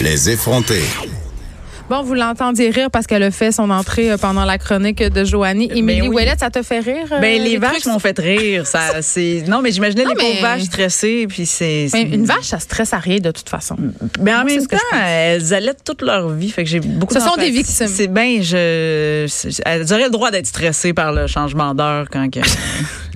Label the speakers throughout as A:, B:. A: Les effronter.
B: Bon, vous l'entendiez rire parce qu'elle a fait son entrée euh, pendant la chronique de Joanie. Émilie
C: Ben oui.
B: Ouellet, ça te fait rire? euh,
C: Ben, les, vaches
B: trucs?
C: m'ont fait rire. Ça, c'est... Non, mais j'imaginais
B: Non,
C: les pauvres
B: mais-
C: vaches stressées, puis c'est.
B: Mais
C: c'est-
B: Ben, une vache, ça stresse à rien de toute façon.
C: Mais en
B: Moi, c'est
C: même
B: ce que je
C: temps, elles allaitent toute leur vie. Fait que j'ai beaucoup
B: Ce sont
C: d'empathie.
B: des victimes.
C: C'est bien, je. c'est- Elles auraient le droit d'être stressées par le changement d'heure quand. que-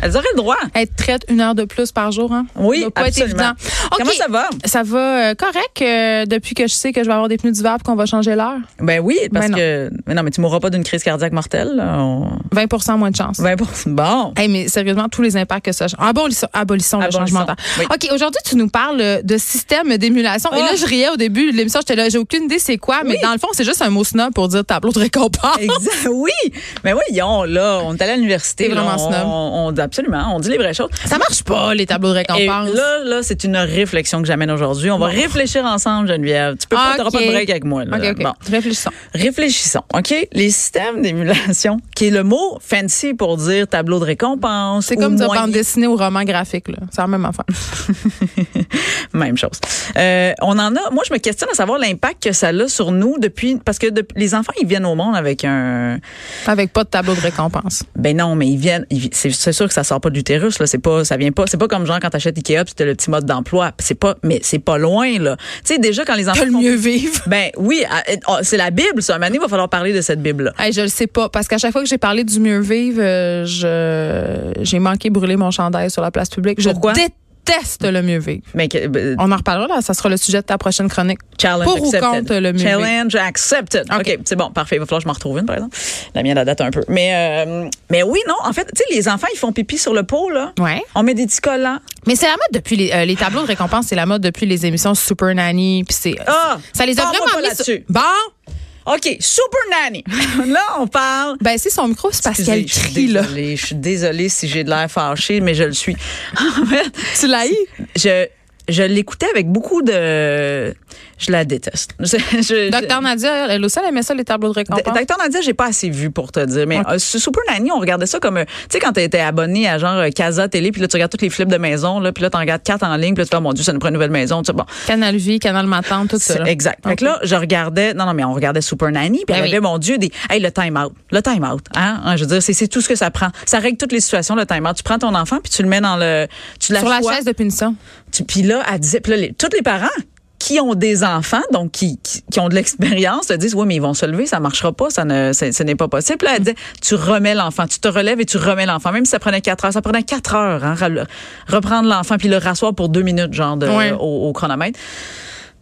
C: elles auraient le droit.
B: Être traite une heure de plus par jour, hein?
C: Oui,
B: Ça doit pas
C: absolument.
B: être évident. OK.
C: Comment ça va?
B: Ça va euh, correct euh, depuis que je sais que je vais avoir des pneus d'hiver et qu'on va changer l'heure?
C: Ben oui, parce
B: Ben non.
C: que. Mais non, mais tu mourras pas d'une crise cardiaque mortelle. là. On-
B: 20 moins de chance.
C: Ben bon. c'est bon.
B: Hey, mais sérieusement, tous les impacts que ça. Abolissons, abolissons le
C: Abolissons,
B: changement d'heure.
C: oui.
B: OK, aujourd'hui, tu nous parles euh, de système d'émulation. Et
C: Oh.
B: là, je riais au début de l'émission. J'étais là, j'ai aucune idée c'est quoi. Mais
C: Oui.
B: dans le fond, c'est juste un mot snob pour dire tableau de récompense.
C: Exact. Oui, mais voyons, là, on est allé à l'université.
B: T'es
C: là,
B: vraiment
C: on-
B: snob.
C: on- on- absolument, on dit les vraies choses.
B: Ça marche pas, les tableaux de
C: Et
B: récompense.
C: là, là, c'est une réflexion que j'amène aujourd'hui. On va réfléchir ensemble, Geneviève. Tu peux pas, t'auras
B: Ok.
C: pas de break avec moi. Là.
B: OK, OK.
C: Bon.
B: Réfléchissons.
C: Réfléchissons, OK? Les systèmes d'émulation, qui est le mot fancy pour dire tableau de récompense.
B: C'est
C: ou
B: comme dire
C: moyen-
B: bande dessinée ou roman graphique, là. C'est la même affaire.
C: Même chose. Euh, on en a. Moi, je me questionne à savoir l'impact que ça a sur nous depuis. Parce que de- les enfants, ils viennent au monde avec un.
B: Avec pas de tableau de récompense.
C: Ben non, mais ils viennent. ils vi- c'est, c'est sûr que ça sort pas de l'utérus là. C'est pas, ça vient pas. C'est pas comme genre quand t'achètes Ikea, puis t'as le petit mode d'emploi. C'est pas, mais c'est pas loin là. Tu sais déjà quand les enfants.
B: Que le
C: font-
B: mieux vivre.
C: Ben oui, à- oh, c'est la Bible. Ça, un moment donné, il va falloir parler de cette Bible là.
B: Hey, je le sais pas, parce qu'à chaque fois que j'ai parlé du mieux vivre, euh, je j'ai manqué brûler mon chandail sur la place publique. Je
C: Pourquoi?
B: déteste le mieux vivre.
C: Mais que- ben,
B: On en reparlera, là. ça sera le sujet de ta prochaine chronique.
C: Challenge
B: Pour ou
C: accepted.
B: contre le mur?
C: Challenge accepted. OK, c'est bon, parfait. Il va falloir que je m'en retrouve une, par exemple. La mienne, la date un peu. Mais, euh, mais oui, non. En fait, tu sais, les enfants, ils font pipi sur le pot, là.
B: Ouais.
C: On met des petits collants.
B: Mais c'est la mode depuis les, euh, les tableaux de récompense, c'est la mode depuis les émissions Super Nanny, puis c'est
C: Ah!
B: ça les a
C: Parle-moi
B: vraiment
C: pas
B: mis sur-
C: là-dessus.
B: Bon,
C: OK, Super Nanny. là, on parle.
B: ben c'est son micro, c'est parce qu'elle
C: Excusez, je suis
B: crie là.
C: désolée, Je suis désolée si j'ai de l'air fâchée, mais je le suis. En fait,
B: Tu l'as eu?
C: je, je l'écoutais avec beaucoup de. Je la déteste. Je, je-
B: Docteur Nadia, elle, elle aussi elle aimait ça les tableaux de récompense.
C: Docteur Nadia, j'ai pas assez vu pour te dire, mais euh, sur Super Nanny, on regardait ça comme, euh, tu sais, quand t'étais abonné à genre euh, Casa Télé, puis là, tu regardes toutes les flips de maison, là, puis là, t'en regardes quatre en ligne, puis là, tu fais, oh, mon Dieu, ça nous prend une nouvelle maison, tu sais, bon.
B: Canal Vie, Canal Matante, tout ça.
C: C'est-
B: là.
C: Exact. Fait que
B: Ok.
C: là, je regardais, non, non, mais on regardait Super Nanny, puis
B: Ben
C: il y avait,
B: oui.
C: mon Dieu, des, hey, le time out. Le time out, hein? Hein, je veux dire, c'est- c'est tout ce que ça prend. Ça règle toutes les situations, le time out. Tu prends ton enfant, puis tu le mets dans le, tu
B: Sur la
C: l'assois,
B: chaise de punition.
C: tu- Puis là, elle disait, puis là, les- tous les parents qui ont des enfants, donc qui, qui, qui ont de l'expérience, se disent, oui, mais ils vont se lever, ça marchera pas, ça ne, c'est- ce n'est pas possible. Puis Là, elle disait, tu remets l'enfant, tu te relèves et tu remets l'enfant, même si ça prenait quatre heures, ça prenait quatre heures, hein, ra- reprendre l'enfant puis le rasseoir pour deux minutes, genre, de-
B: Ouais.
C: au, au chronomètre.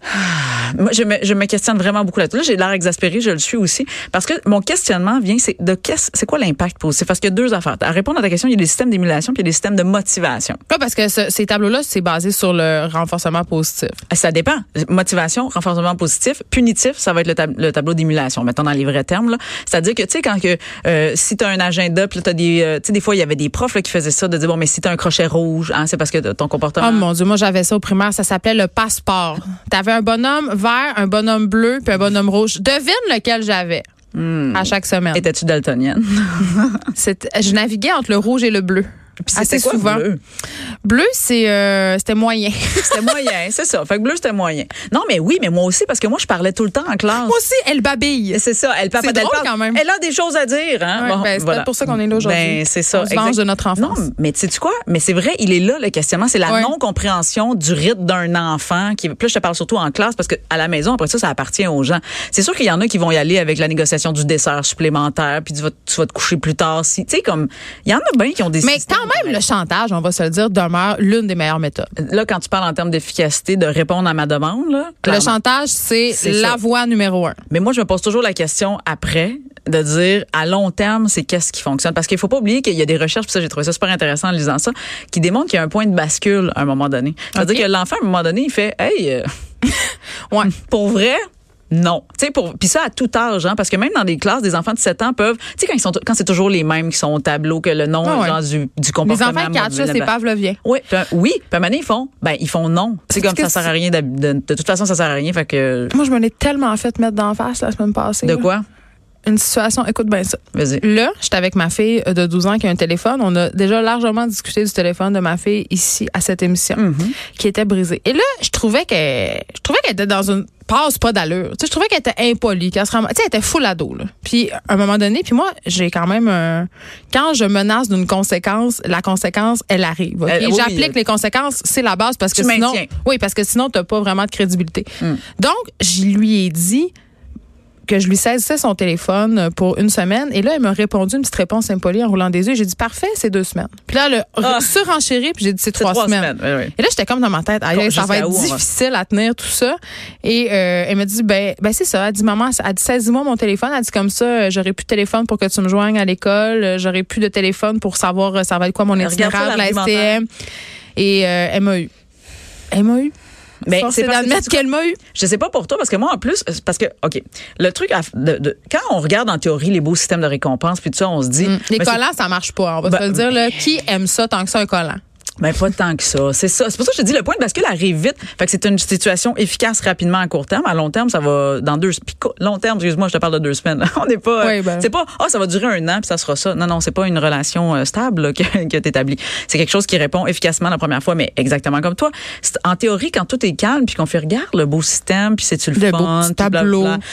C: Ah, Moi, je me, je me questionne vraiment beaucoup là-dessus. Là, j'ai l'air exaspérée, je le suis aussi, parce que mon questionnement vient, c'est de qu'est-ce- c'est quoi l'impact positif? Parce qu'il y a deux affaires. À répondre à ta question, il y a des systèmes d'émulation puis il y a des systèmes de motivation.
B: Là, parce que ce- ces tableaux-là, c'est basé sur le renforcement positif.
C: Ça dépend. Motivation, renforcement positif, punitif, ça va être le, tab- le tableau d'émulation, mettons dans les vrais termes. là. C'est-à-dire que, tu sais, quand que, euh, si tu as un agenda, puis là, t'as des. euh, tu sais, des fois, il y avait des profs là, qui faisaient ça, de dire, bon, mais si tu un crochet rouge, hein, c'est parce que t- ton comportement.
B: Oh mon Dieu, moi j'avais ça au primaire, ça s'appelait le passeport. T'avais un bonhomme vert, un bonhomme bleu, puis un bonhomme rouge. Devine lequel j'avais
C: Hmm.
B: à chaque semaine.
C: Étais-tu daltonienne?
B: Ah, C'était- Je naviguais entre le rouge et le bleu.
C: Puis
B: Assez
C: c'était quoi,
B: souvent.
C: bleu?
B: Bleu, c'est euh, c'était moyen.
C: C'était moyen, c'est ça. Fait que bleu, c'était moyen. Non, mais oui, mais moi aussi, parce que moi, je parlais tout le temps en classe.
B: moi aussi, elle babille.
C: C'est ça, elle parle
B: C'est
C: elle
B: drôle
C: parle.
B: quand même.
C: Elle a des choses à dire, hein.
B: Ouais, ben, c'est peut-être pour ça qu'on est là aujourd'hui.
C: Ben, c'est ça.
B: On se venge
C: exact.
B: de notre enfance.
C: Non, mais tu sais quoi? Mais c'est vrai, il est là, le questionnement. C'est la
B: Ouais.
C: non-compréhension du rythme d'un enfant qui, plus je te parle surtout en classe parce que à la maison, après ça, ça appartient aux gens. C'est sûr qu'il y en a qui vont y aller avec la négociation du dessert supplémentaire puis tu vas, tu vas te coucher plus tard. Si, tu sais, comme, il y en a bien qui ont des
B: Mais
C: systèmes
B: quand même, le chantage, on va se le dire, demeure l'une des meilleures méthodes.
C: Là, quand tu parles en termes d'efficacité, de répondre à ma demande, là,
B: Le
C: clairement.
B: chantage, c'est
C: C'est
B: la
C: ça.
B: voie numéro un.
C: Mais moi, je me pose toujours la question après de dire à long terme, c'est qu'est-ce qui fonctionne. Parce qu'il faut pas oublier qu'il y a des recherches, puis ça, j'ai trouvé ça super intéressant en lisant ça, qui démontrent qu'il y a un point de bascule à un moment donné. C'est-à-dire
B: Ok.
C: que l'enfant, à un moment donné, il fait, hey, euh,
B: Ouais.
C: pour vrai, non. Tu sais, pour puis ça à tout âge, hein, parce que même dans des classes, des enfants de 7 ans peuvent, tu sais, quand ils sont, quand c'est toujours les mêmes qui sont au tableau que le nom
B: Ah ouais.
C: genre, du, du
B: Les
C: comportement.
B: enfants qui catchent ça, c'est
C: blablabla.
B: pavlovien.
C: Oui, puis, euh, oui. Puis à un moment donné, ils font, ben ils font non. C'est comme
B: que
C: ça sert à rien. d'hab- De, de toute façon, ça sert à rien. Fait que
B: Moi, je me l'ai tellement fait mettre d'en face la semaine passée.
C: de
B: là.
C: quoi
B: Une situation, écoute bien ça.
C: Vas-y.
B: Là, j'étais avec ma fille euh, de 12 ans qui a un téléphone. On a déjà largement discuté du téléphone de ma
C: Mhm.
B: fille ici à cette émission qui était brisé. Et là, je trouvais qu'elle je trouvais qu'elle était dans une passe pas d'allure. Tu sais, je trouvais qu'elle était impolie, qu'elle se ram- tu sais, elle était full ado, là. Puis, à un moment donné, puis moi, j'ai quand même un- Quand je menace d'une conséquence, la conséquence, elle arrive, ok?
C: Elle- oui,
B: J'applique
C: euh,
B: les conséquences, c'est la base, parce que
C: Tu
B: sinon...
C: maintiens. Hmm.
B: Oui, parce que sinon, t'as pas vraiment de crédibilité. Donc, je lui ai dit que je lui saisissais son téléphone euh, pour une semaine. Et là, elle m'a répondu une petite réponse impolie en roulant des yeux. J'ai dit, parfait, c'est deux semaines. Puis là, le
C: Ah.
B: surenchéri, puis j'ai dit, c'est
C: C'est
B: trois, semaines.
C: Oui, oui.
B: Et là, j'étais comme dans ma tête, Aïe,
C: Con-
B: ça va
C: jusqu'à
B: être
C: où on va?
B: difficile à tenir tout ça. Et euh, elle m'a dit, ben, ben c'est ça. Elle dit, maman, elle dit, saisis-moi mon téléphone. Elle dit, comme ça, euh, j'aurai plus de téléphone pour que tu me joignes à l'école. Euh, J'aurai plus de téléphone pour savoir euh, ça va être quoi mon
C: Elle regarde
B: itinéraire, la
C: pas l'argumentaire.
B: STM. Et euh, elle m'a eu. Elle m'a eu.
C: Ben,
B: Force
C: c'est
B: est
C: parce que
B: d'admettre
C: tu-
B: qu'elle m'a eu.
C: Je sais pas pour toi parce que moi en plus c'est parce que ok le truc à f- de- de- quand on regarde en théorie les beaux systèmes de récompense puis tout ça on se dit
B: Mm. Les
C: ben, c'est-
B: collants, ça marche pas. On va
C: Ben,
B: se le dire, là. Qui aime ça tant que ça, un collant?
C: Mais pas tant que ça. C'est ça. C'est pour ça que je te dis le point de bascule arrive vite. Fait que c'est une situation efficace rapidement à court terme. À long terme, ça va dans deux puis co- long terme. Excuse-moi, je te parle de deux semaines. On n'est pas.
B: Oui, ben.
C: C'est pas. Ah, ça va durer un an puis ça sera ça. Non, non, c'est pas une relation euh, stable là, que, que t'établis. C'est quelque chose qui répond efficacement la première fois, mais exactement comme toi. C'est- En théorie, quand tout est calme puis qu'on fait regarde le beau système puis c'est tu le,
B: Le
C: fun,
B: beau petit
C: puis blablabla,
B: tableau.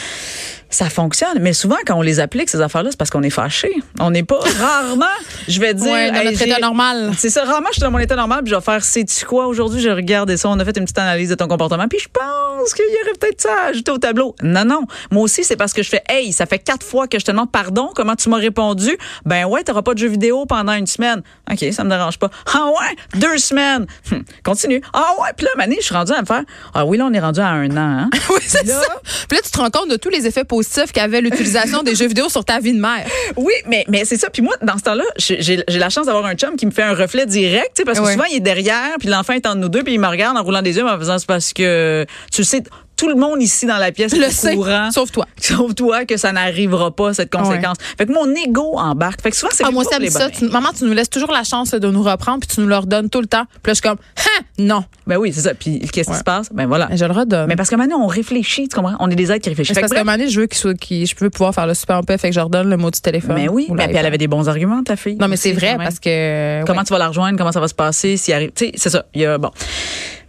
C: ça fonctionne. Mais souvent, quand on les applique ces affaires-là, c'est parce qu'on est fâché. On n'est pas rarement. Je vais dire.
B: Ouais, dans
C: hey,
B: notre
C: j'ai-
B: état normal.
C: c'est ça. Rarement, je suis dans mon état normal, puis je vais faire, sais-tu quoi, aujourd'hui, j'ai regardé ça, on a fait une petite analyse de ton comportement, puis je pense qu'il y aurait peut-être ça à ajouter au tableau. Non, non. Moi aussi, c'est parce que je fais, hey, ça fait quatre fois que je te demande pardon, comment tu m'as répondu? Ben ouais, t'auras pas de jeux vidéo pendant une semaine. OK, ça me dérange pas. Ah ouais, deux semaines. Hum, continue. Ah ouais, puis là, Mané, je suis rendue à me faire, ah oui, là, on est rendu à un an, hein?
B: Oui, c'est
C: Là-
B: ça. Puis là, tu te rends compte de tous les effets positifs qu'avait l'utilisation des jeux vidéo sur ta vie de mère.
C: Oui, mais, mais c'est ça. Puis moi, dans ce temps-là, j'ai j'ai- j'ai la chance d'avoir un chum qui me fait un reflet direct, tu sais, parce que
B: Ouais.
C: souvent, il est derrière, puis l'enfant est entre nous deux, puis il me regarde en roulant des yeux, mais en faisant, c'est parce que, tu le sais, tout le monde ici dans la pièce
B: Je le
C: est
B: sais.
C: au courant.
B: Sauf toi.
C: Sauf toi que ça n'arrivera pas, cette conséquence. Fait que mon ego embarque. Fait que souvent, c'est
B: Ah,
C: plus
B: moi,
C: pour
B: ça me
C: les
B: dit ça.
C: bonnes.
B: Tu- maman, tu nous laisses toujours la chance de nous reprendre, puis tu nous le redonnes tout le temps. Puis là, je suis comme, hein, non.
C: Ben oui, c'est ça. Puis qu'est-ce qui
B: Ouais.
C: se passe? Ben voilà.
B: Mais je le redonne.
C: Mais parce que maintenant, on réfléchit, tu comprends? On est des êtres qui réfléchissent.
B: c'est
C: Fait
B: parce
C: que
B: qu'à un
C: bref,
B: moment donné, je veux qu'il soit, qu'il- je peux pouvoir faire le super en paix, fait que je redonne le mot du téléphone.
C: mais Ben oui,
B: Ou
C: mais puis elle
B: l'iPhone.
C: avait des bons arguments, ta fille.
B: Non, mais c'est
C: aussi,
B: vrai
C: quand même.
B: parce que.
C: Comment
B: ouais.
C: tu vas la rejoindre? Comment ça va se passer? S'il arrive. Tu sais, c'est ça. Il y a, bon.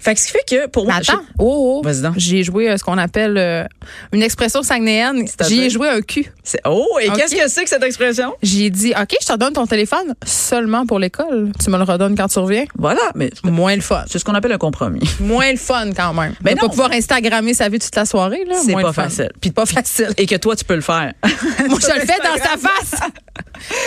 C: Fait que ce qui fait que pour
B: Mais
C: moi.
B: attends, oh, oh.
C: Vas-y donc.
B: J'ai joué euh, ce qu'on appelle euh, une expression saguenéenne.
C: C'est-à-dire?
B: J'y ai joué un cul.
C: C'est- Oh, et
B: Ok.
C: qu'est-ce que c'est que cette expression?
B: J'ai dit, OK, je te donne ton téléphone seulement pour l'école. Tu me le redonnes quand tu reviens.
C: Voilà, mais
B: Moins le fun.
C: c'est ce qu'on appelle un compromis.
B: Moins le fun quand même.
C: Ben
B: Mais pas
C: non.
B: pouvoir Instagrammer sa vie toute la soirée, là.
C: C'est
B: moins
C: pas
B: le fun.
C: facile.
B: Puis pas facile.
C: Et que toi, tu peux le faire.
B: Moi, je le fais dans sa face.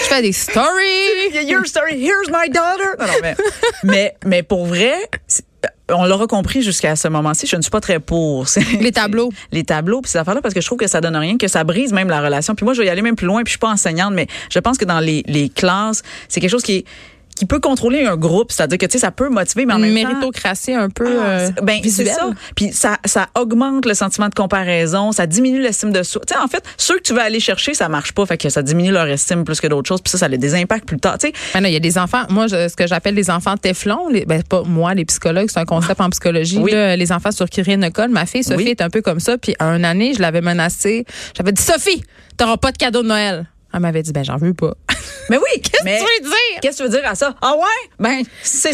B: Je fais des stories.
C: Your story, here's my daughter. Non, non, mais, mais, mais pour vrai, c'est- on l'aura compris jusqu'à ce moment-ci, je ne suis pas très pour. ces-
B: Les tableaux.
C: les tableaux puis ces affaires-là parce que je trouve que ça donne rien, que ça brise même la relation. Puis moi, je vais y aller même plus loin. Puis je suis pas enseignante, mais je pense que dans les, les classes, c'est quelque chose qui est- qui peut contrôler un groupe, c'est-à-dire que tu sais ça peut motiver, mais en
B: Une
C: même temps,
B: méritocratie un peu
C: Ah,
B: euh,
C: c'est- ben, c'est
B: visuelle.
C: ça. Puis ça, ça augmente le sentiment de comparaison, ça diminue l'estime de soi. Tu sais, en fait, ceux que tu vas aller chercher, ça marche pas, fait que ça diminue leur estime plus que d'autres choses, puis ça, ça les désimpacte plus tard. Tu sais,
B: Ben non, il y a des enfants, moi, je- ce que j'appelle les enfants Teflon, les, ben, pas moi, les psychologues, c'est un concept en psychologie,
C: Oui.
B: là, les enfants sur qui rien ne colle. Ma fille, Sophie,
C: Oui.
B: est un peu comme ça. Puis, à une année, je l'avais menacée. J'avais dit, Sophie, t'auras pas de cadeau de Noël. Elle m'avait dit, ben, j'en veux pas.
C: mais oui, mais
B: Tu veux dire?
C: qu'est-ce que tu veux dire à ça Ah ouais, ben c'est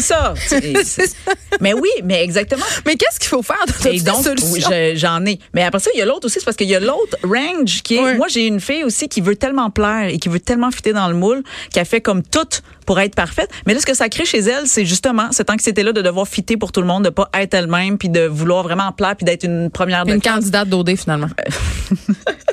C: ça. C'est-
B: C'est ça.
C: mais oui, mais exactement.
B: Mais qu'est-ce qu'il faut faire dans
C: Et donc, oui, je- j'en ai. Mais après ça, il y a l'autre aussi, c'est parce qu'il y a l'autre range qui est.
B: Oui.
C: Moi, j'ai une fille aussi qui veut tellement plaire et qui veut tellement fitter dans le moule qu'elle fait comme toute pour être parfaite. Mais là, ce que ça crée chez elle, c'est justement cette anxiété-là de devoir fitter pour tout le monde, de pas être elle-même, puis de vouloir vraiment plaire, puis d'être une première de
B: Une candidate d'OD, finalement.
C: Euh,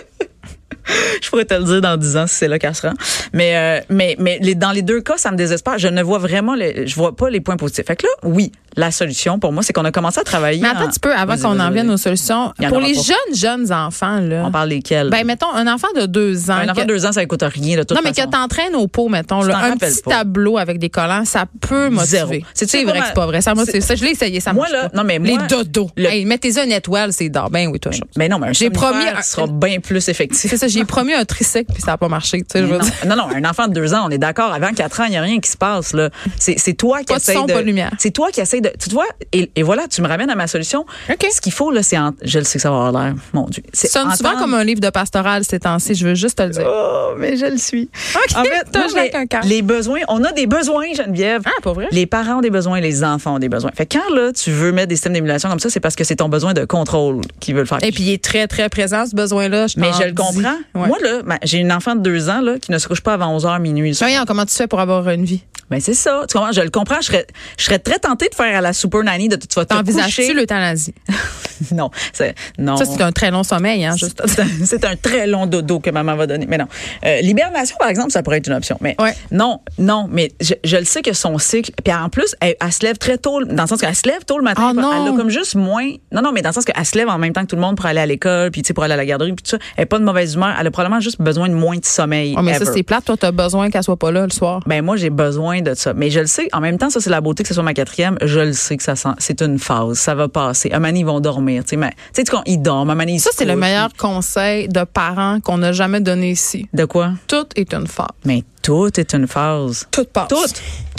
C: je pourrais te le dire dans 10 ans si c'est là qu'elle sera. Mais euh, mais mais les, dans les deux cas, ça me désespère. Je ne vois vraiment les, je vois pas les points positifs. Fait que là, oui, la solution pour moi, c'est qu'on a commencé à travailler.
B: Mais attends un petit peu, avant
C: Vas-y,
B: qu'on
C: vas-y,
B: en vienne
C: vas-y.
B: aux solutions,
C: Il y en
B: pour
C: aura
B: les
C: pas.
B: jeunes, jeunes enfants, là,
C: On parle lesquels
B: ben, mettons, un enfant de deux ans.
C: Un enfant
B: que-
C: de deux ans, ça ne coûte rien de toute
B: non, mais
C: façon.
B: que t'entraînes au pot, mettons, là,
C: t'en
B: un
C: rappelles
B: petit
C: pas.
B: tableau avec des collants, ça peut
C: Zéro.
B: motiver.
C: C'est-tu
B: C'est vrai
C: comment-
B: que c'est pas vrai. Ça, moi,
C: c'est-
B: c'est ça. Je l'ai essayé, ça
C: Moi,
B: marche
C: là,
B: pas.
C: non, mais moi,
B: Les dodos.
C: le-
B: Hey, mettez-y une étoile, c'est d'or. Ben oui, toi, chaud.
C: Mais non, mais un
B: J'ai
C: somnifère
B: promis un-
C: sera bien plus effectif.
B: C'est ça, j'ai promis un tricycle, puis ça n'a pas marché. Tu sais, je veux
C: Non.
B: dire.
C: non, non, un enfant de deux ans, on est d'accord. Avant quatre ans, il n'y a rien qui se passe. là. C'est c'est toi qui
B: Pas de
C: essaie
B: son, pas de lumière.
C: C'est toi qui essaie de, tu te vois, et, et voilà, tu me ramènes à ma solution.
B: OK.
C: Ce qu'il faut, là, c'est, en- je le sais que ça va avoir l'air, mon Dieu. C'est
B: Ça sonne souvent
C: entendre-
B: comme un livre de pastoral ces temps-ci, je veux juste te le dire.
C: Oh, mais je le suis.
B: OK,
C: En fait,
B: t'as
C: non,
B: joué
C: mais
B: avec un cœur.
C: les besoins, on a des besoins, Geneviève.
B: Ah, pour vrai?
C: Les parents ont des besoins, les enfants ont des besoins. Fait que quand là, tu veux mettre des systèmes d'émulation comme ça, c'est parce que c'est ton besoin de contrôle qui veut le faire.
B: Et puis il est très très présent ce besoin-là.
C: mais
B: t'en
C: je le
B: dis.
C: comprends.
B: Ouais.
C: Moi là, ben, j'ai une enfant de deux ans là qui ne se couche pas avant 11h minuit. le soir.
B: Voyons, comment tu fais pour avoir une vie?
C: Ben c'est ça. Tu comprends Je le comprends. Je serais, je serais très tentée de faire à la super nanny de tu vas te coucher.
B: T'envisages-tu l'euthanasie?
C: Non, c'est non.
B: Ça, c'est un très long sommeil, hein, juste.
C: C'est un- c'est un très long dodo que maman va donner. Mais non. Euh, L'hibernation, par exemple, ça pourrait être une option. Mais
B: Ouais.
C: non, non, mais je, je le sais que son cycle. Puis en plus, elle, elle se lève très tôt, dans le sens qu'elle se lève tôt le matin.
B: Ah
C: elle
B: non!
C: a comme juste moins. Non, non, mais dans le sens qu'elle se lève en même temps que tout le monde pour aller à l'école, puis tu sais, pour aller à la garderie, puis tout ça. Elle n'est pas de mauvaise humeur. Elle a probablement juste besoin de moins de sommeil.
B: Oh, mais
C: ever.
B: ça, c'est plate. Toi, t'as besoin qu'elle soit pas là le soir.
C: Ben moi j'ai besoin de ça, mais je le sais. En même temps, ça c'est la beauté que ce soit ma quatrième. Je le sais que ça sent- c'est une phase, ça va passer. Un moment donné, ils vont dormir, tu sais. Mais tu sais quand ils dorment, un moment donné, ils
B: Ça,
C: se
B: c'est le
C: couchent.
B: meilleur conseil de parents qu'on n'a jamais donné ici.
C: De quoi
B: Tout est une phase.
C: Mais tout est une phase.
B: Tout passe. Ah,
C: Tout,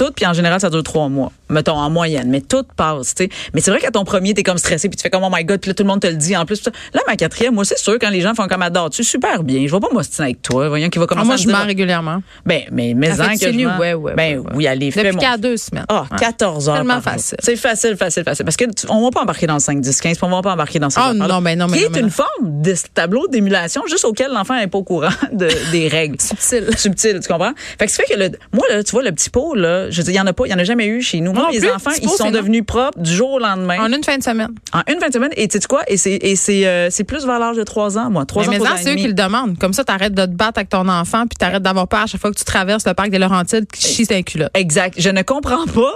C: tout, puis en général, ça dure trois mois, mettons, en moyenne, mais tout passe, tu sais. Mais c'est vrai qu'à ton premier, t'es comme stressé, puis tu fais comme, oh my god, puis là, tout le monde te le dit, en plus. tout ça. Là, ma quatrième, moi, c'est sûr, quand les gens font comme, adore-tu super bien, je vais pas m'ostiner avec toi, voyons qu'il va
B: Ah,
C: commencer
B: moi,
C: à me
B: je mens
C: dire,
B: régulièrement.
C: ben, mais, mais,
B: Ça
C: en
B: fait
C: que je
B: nu,
C: mens.
B: ouais, ouais,
C: Ben,
B: ouais.
C: oui, allez, fais
B: Depuis
C: mon-
B: qu'il y a deux semaines.
C: Ah,
B: Ouais.
C: 14 heures.
B: Tellement
C: par jour.
B: facile.
C: C'est facile, facile, facile. Parce que tu- on va pas embarquer dans le 5, 10, 15, puis on va pas embarquer dans ce
B: Ah, non, mais non, mais
C: Qui
B: non,
C: est
B: mais
C: une
B: non.
C: forme de ce tableau d'émulation juste auquel l'enfant n'est pas au courant de- des règles.
B: Subtil.
C: Subtil, tu comprends? Fait que ce fait que le, moi, là, tu vois, le petit pot, là, je veux dire, il y en a pas, il y en a jamais eu chez nous. Moi,
B: non
C: mes
B: plus,
C: enfants,
B: petit
C: ils
B: pot,
C: sont
B: c'est non.
C: devenus propres du jour au lendemain.
B: En une fin de semaine.
C: En une fin de semaine. Et tu sais quoi? Et c'est, et c'est, euh, c'est plus vers l'âge de 3 ans, moi. 3
B: Mais
C: ans,
B: maintenant,
C: trois ans et
B: c'est eux
C: demi.
B: qui le demandent. Comme ça, t'arrêtes de te battre avec ton enfant, puis t'arrêtes d'avoir peur à chaque fois que tu traverses le parc des Laurentides qui chie un culotte.
C: Exact. Je ne comprends pas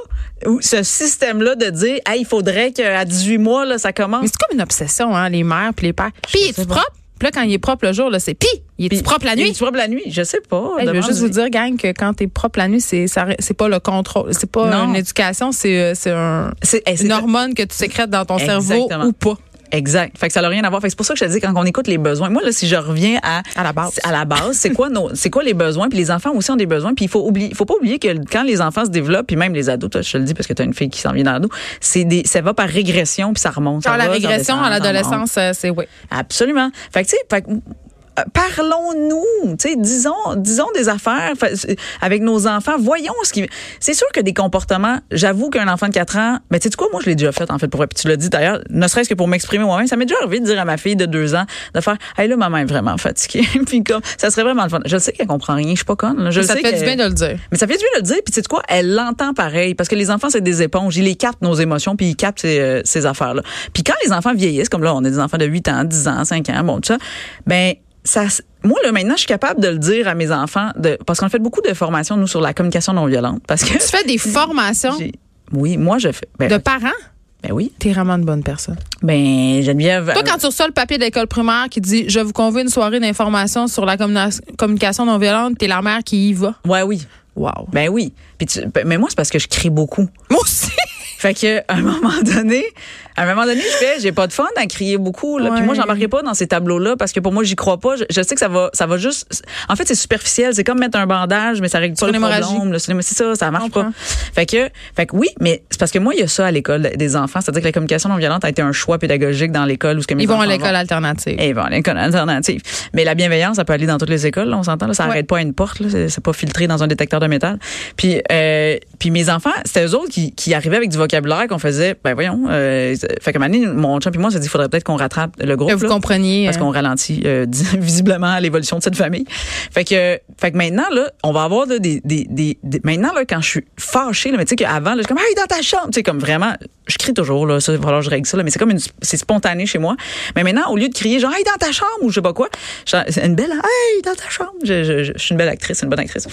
C: où ce système-là de dire, hey, il faudrait qu'à 18 mois, là, ça commence.
B: Mais c'est comme une obsession, hein, les mères puis les pères. Puis,
C: sais
B: es-tu
C: pas.
B: propre? Puis là, quand il est propre le jour, là, c'est pis. Il est
C: Puis-
B: propre la
C: Il
B: nuit?
C: est propre la nuit, je sais pas.
B: Hey, je veux
C: demande-
B: juste vous dire, gang, que quand t'es propre la nuit, c'est ça- c'est pas le contrôle, c'est pas
C: Non.
B: une éducation, c'est euh, c'est un,
C: C'est eh, c'est-
B: une hormone que tu sécrètes dans ton
C: Exactement.
B: cerveau ou pas.
C: Exact. Fait que ça n'a rien à voir. Fait que c'est pour ça que je te dis quand on écoute les besoins. Moi là, si je reviens à
B: À la base.
C: à la base, c'est quoi nos, c'est quoi les besoins Puis les enfants aussi ont des besoins. Puis il faut oublier, faut pas oublier que quand les enfants se développent, puis même les ados, toi, je te le dis parce que tu as une fille qui s'en vient dans l'ado, c'est des, ça va par régression puis ça remonte. ça
B: Genre, la
C: va, ça
B: régression
C: redescend,
B: à
C: ça remonte.
B: l'adolescence, euh, c'est oui.
C: Absolument. Fait que tu sais, fait que, euh, Parlons-nous, tu sais, disons, disons des affaires fa- euh, avec nos enfants. Voyons ce qui. C'est sûr que des comportements. J'avoue qu'un enfant de 4 ans, ben tu sais quoi, moi je l'ai déjà fait en fait pour vrai. Puis tu l'as dit d'ailleurs, ne serait-ce que pour m'exprimer moi-même, ça m'est déjà arrivé de dire à ma fille de 2 ans de faire, hey là maman est vraiment fatiguée. Puis comme ça serait vraiment le fun. Je le sais qu'elle comprend rien, je suis pas conne. là. Je le
B: Ça te
C: sais
B: fait du
C: qu'elle-
B: bien de le dire.
C: mais ça fait du bien de le dire, puis tu sais de quoi, elle l'entend pareil, parce que les enfants, c'est des éponges, ils les captent, nos émotions, puis ils captent ces, euh, ces affaires-là. Puis quand les enfants vieillissent, comme là, on a des enfants de 8 ans, 10 ans, 5 ans, bon, tout ça, ben ça... s- Moi, là, maintenant, je suis capable de le dire à mes enfants, de, parce qu'on fait beaucoup de formations, nous, sur la communication non violente, parce que...
B: Tu fais des formations
C: j'ai- Oui, moi, je fais... Ben,
B: de parents?
C: ben oui.
B: T'es vraiment une bonne personne.
C: Ben, Geneviève...
B: Toi, quand tu reçois le papier de l'école primaire qui dit Je vous convie à une soirée d'information sur la communa- communication non violente, t'es la mère qui y va.
C: euh, Ouais, oui.
B: Wow.
C: Ben oui. Puis tu- ben, mais moi, c'est parce que je crie beaucoup.
B: Moi aussi.
C: Fait que à un moment donné, à un moment donné, je fais, j'ai pas de fun à crier beaucoup. Là. Puis
B: Ouais.
C: moi, j'embarquerai pas dans ces tableaux-là parce que pour moi, j'y crois pas. Je, je sais que ça va, ça va juste. En fait, c'est superficiel. C'est comme mettre un bandage, mais ça règle pas
B: une
C: le
B: hémorragie.
C: problème. là. C'est c'est ça, ça marche pas.
B: Comprends.
C: Fait que, fait que oui, mais c'est parce que moi, il y a ça à l'école des enfants. C'est-à-dire que la communication non violente a été un choix pédagogique dans l'école où ce que mes
B: Ils vont
C: enfants
B: à l'école alternative.
C: et ils vont à l'école alternative. Mais la bienveillance, ça peut aller dans toutes les écoles, là, on s'entend. Là, ça
B: Ouais.
C: n'arrête pas à une porte, là, c'est c'est pas filtré dans un détecteur de métal. Puis, euh, puis mes enfants, c'était eux autres qui, qui arrivaient avec du vocabulaire qu'on faisait, ben voyons. Euh, fait que maintenant, mon chum et moi, on s'est dit, il faudrait peut-être qu'on rattrape le groupe.
B: Que vous
C: là.
B: compreniez.
C: Parce
B: euh,
C: qu'on ralentit euh, visiblement l'évolution de cette famille. Fait que, euh, fait que maintenant, là, on va avoir là, des, des, des, des- Maintenant, là, quand je suis fâchée, là, mais tu sais qu'avant, là, je suis comme, hey, dans ta chambre! Tu sais, comme vraiment, je crie toujours, là, ça, il va falloir que je règle ça, là, mais c'est comme une. C'est spontané chez moi. Mais maintenant, au lieu de crier, genre, hey, dans ta chambre! ou je sais pas quoi, je- c'est une belle, hey, dans ta chambre! Je, je- je- je suis une belle actrice, une bonne actrice.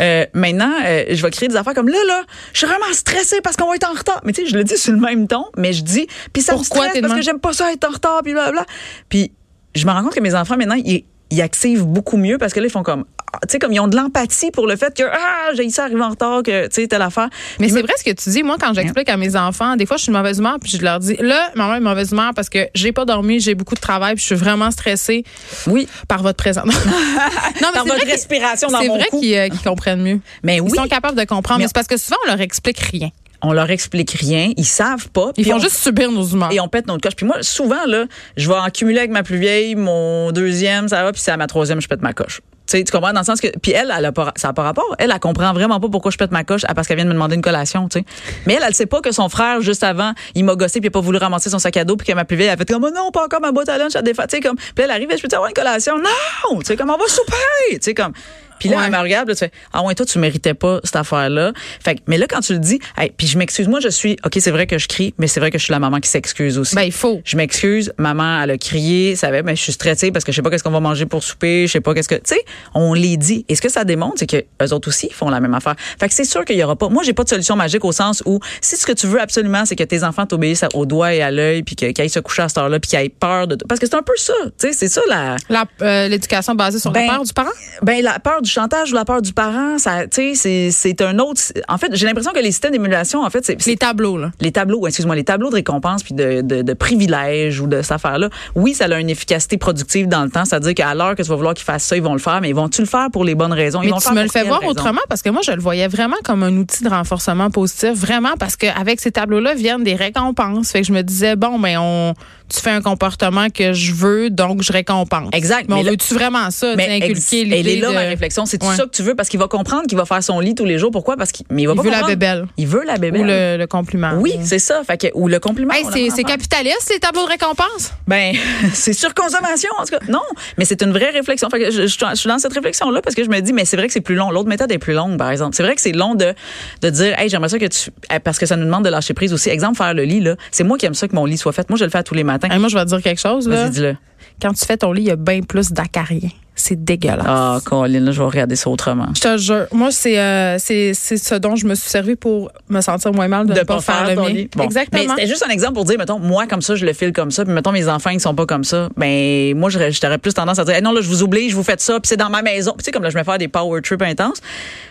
C: Euh, maintenant, euh, je vais crier des affaires comme, là, là, je suis vraiment stressée parce qu'on va être en retard. Mais tu sais, je le dis sur le même ton, mais je dis, puis ça me
B: Pourquoi
C: stresse
B: t'es de
C: parce que
B: même?
C: j'aime pas ça être en retard, puis blablabla. Puis je me rends compte que mes enfants, maintenant, ils, ils activent beaucoup mieux parce que là, ils font comme. ah, Tu sais, comme ils ont de l'empathie pour le fait que, ah, j'ai ça arriver en retard, que, tu sais, telle affaire.
B: Mais
C: Puis
B: c'est vrai ce que tu dis. Moi, quand j'explique à mes enfants, des fois, je suis de mauvaise humeur, puis je leur dis, là, maman est de mauvaise humeur parce que j'ai pas dormi, j'ai beaucoup de travail, puis je suis vraiment stressée
C: Oui.
B: par votre présence. non, mais
C: Par
B: Ah, c'est
C: votre
B: vrai
C: respiration
B: qu'ils-
C: dans
B: C'est
C: mon
B: vrai
C: cou.
B: qu'ils euh, qu'ils comprennent mieux.
C: Mais
B: Ils
C: oui.
B: sont capables de comprendre,
C: Mais-
B: mais c'est parce que souvent, on leur explique rien.
C: on leur explique rien, ils savent pas.
B: Ils
C: puis
B: font
C: on-
B: juste subir nos humains.
C: et on pète notre coche. Puis moi, souvent, là, je vais en cumuler avec ma plus vieille, mon deuxième, ça va, puis c'est à ma troisième, je pète ma coche. Tu sais, tu comprends dans le sens que puis elle, elle a pas, ça a pas rapport. Elle, elle comprend vraiment pas pourquoi je pète ma coche, ah, parce qu'elle vient de me demander une collation, tu sais. Mais elle, elle sait pas que son frère juste avant, il m'a gossé puis il a pas voulu ramasser son sac à dos puis que ma plus vieille elle a fait comme oh non pas encore ma boîte à lunch à défaire, tu sais comme. Puis elle arrive, je peux avoir une collation, non, tu sais comme on va souper, tu sais comme. Puis là,
B: Ouais.
C: elle me regarde, là, tu fais Ah ouais, toi, tu méritais pas cette affaire-là. Fait que, mais là, quand tu le dis, Hey, puis je m'excuse, moi, je suis OK, c'est vrai que je crie, mais c'est vrai que je suis la maman qui s'excuse aussi.
B: Ben, il faut.
C: Je m'excuse, maman, elle a crié, ça va, mais je suis stressée parce que je sais pas qu'est-ce qu'on va manger pour souper, je sais pas qu'est-ce que. Tu sais, on les dit. Et ce que ça démontre, c'est que eux autres aussi font la même affaire. Fait que c'est sûr qu'il y aura pas. Moi, j'ai pas de solution magique au sens où si ce que tu veux absolument, c'est que tes enfants t'obéissent au doigt et à l'œil, puis que- qu'ils aillent se coucher à cette heure-là, puis qu'ils aient peur de. Parce que c'est un peu ça. Tu sais, c'est ça la.
B: La- euh, L'éducation basée sur
C: Ben,
B: la peur du parent.
C: Ben la peur du chantage ou la peur du parent, ça, tu sais, c'est- c'est un autre. En fait, j'ai l'impression que les systèmes d'émulation, en fait, c'est
B: Les tableaux, là.
C: les tableaux, excuse-moi, les tableaux de récompense puis de, de, de privilèges ou de cette affaire-là, oui, ça a une efficacité productive dans le temps. C'est-à-dire qu'à l'heure que tu vas vouloir qu'ils fassent ça, ils vont le faire, mais ils vont-tu le faire pour les bonnes raisons? Ils
B: Mais
C: vont
B: tu
C: faire
B: me le
C: pour
B: fais
C: quelles
B: voir
C: raisons?
B: autrement parce que moi, je le voyais vraiment comme un outil de renforcement positif, vraiment, parce qu'avec ces tableaux-là viennent des récompenses. Fait que je me disais, bon, mais on, tu fais un comportement que je veux, donc je récompense.
C: Exact,
B: Mais,
C: mais
B: on
C: là-
B: veut-tu vraiment ça,
C: ex-
B: inculquer l'idée
C: elle est là,
B: de-
C: ma réflexion. C'est tout
B: Ouais.
C: ça que tu veux parce qu'il va comprendre qu'il va faire son lit tous les jours. Pourquoi? Parce qu'il mais il va
B: Il
C: pas
B: veut la
C: comprendre.
B: bébelle
C: Il veut la bébelle.
B: ou le, le compliment.
C: Oui, c'est ça. Fait que, ou le compliment.
B: Hey,
C: on
B: c'est
C: l'apprend
B: c'est
C: à faire.
B: capitaliste, les tableaux de récompense?
C: Ben, c'est surconsommation, en tout cas. Non, mais c'est une vraie réflexion. Fait que je, je- je suis dans cette réflexion-là parce que je me dis, mais c'est vrai que c'est plus long. L'autre méthode est plus longue, par exemple. C'est vrai que c'est long de, de dire, hey, j'aimerais ça que tu. eh, Parce que ça nous demande de lâcher prise aussi. Exemple, faire le lit, là. C'est moi qui aime ça que mon lit soit fait. Moi, je le fais à tous les matins.
B: Hey, moi, je vais te dire quelque chose. Là.
C: Vas-y, dis-le.
B: Quand tu fais ton lit, il y a bien plus d'acariens. C'est dégueulasse.
C: Ah, Colin, là, je vais regarder ça autrement.
B: Je te jure. Moi, c'est euh, c'est c'est ce dont je me suis servi pour me sentir moins mal de, ne pas faire, le
C: ton
B: mien.
C: lit. Bon. Mais
B: Exactement.
C: c'était juste un exemple pour dire, mettons, moi comme ça, je le file comme ça, puis mettons, mes enfants, ils sont pas comme ça. Ben, moi, j'aurais j'aurais plus tendance à dire, Hey, non, là, je vous oblige, vous faites ça, puis c'est dans ma maison. Puis tu sais, comme là, je me fais des power trips intenses.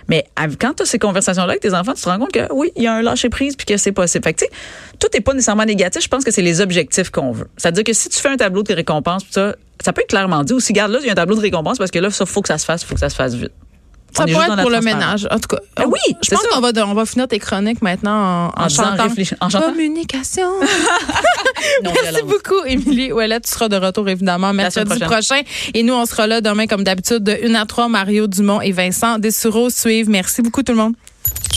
C: Mais av- quand tu as ces conversations-là avec tes enfants, tu te rends compte que oui, il y a un lâcher-prise, puis que c'est possible. Fait que, tu sais, tout n'est pas nécessairement négatif. Je pense que c'est les objectifs qu'on veut. C'est-à-dire que si tu fais un tableau de tes récompenses, puis ça, ça peut être clairement dit aussi, garde là, il y a un tableau de récompenses parce que là, ça, faut que ça se fasse, faut que ça se fasse vite.
B: Ça
C: On est juste
B: pourrait
C: dans
B: être
C: la
B: pour le
C: transparence.
B: ménage. En tout cas,
C: Ah oui,
B: je
C: c'est
B: pense
C: ça.
B: qu'on va, de- on va finir tes chroniques maintenant en, en,
C: En disant
B: chantant.
C: réfléch- en chantant?
B: Communication.
C: Non,
B: Merci
C: violence.
B: beaucoup, Émilie. Ouais, là, tu seras de retour, évidemment,
C: semaine
B: mercredi prochain. Et nous, on sera là demain, comme d'habitude, de 1 à 3. Mario Dumont et Vincent Dessureau suivent. Merci beaucoup, tout le monde.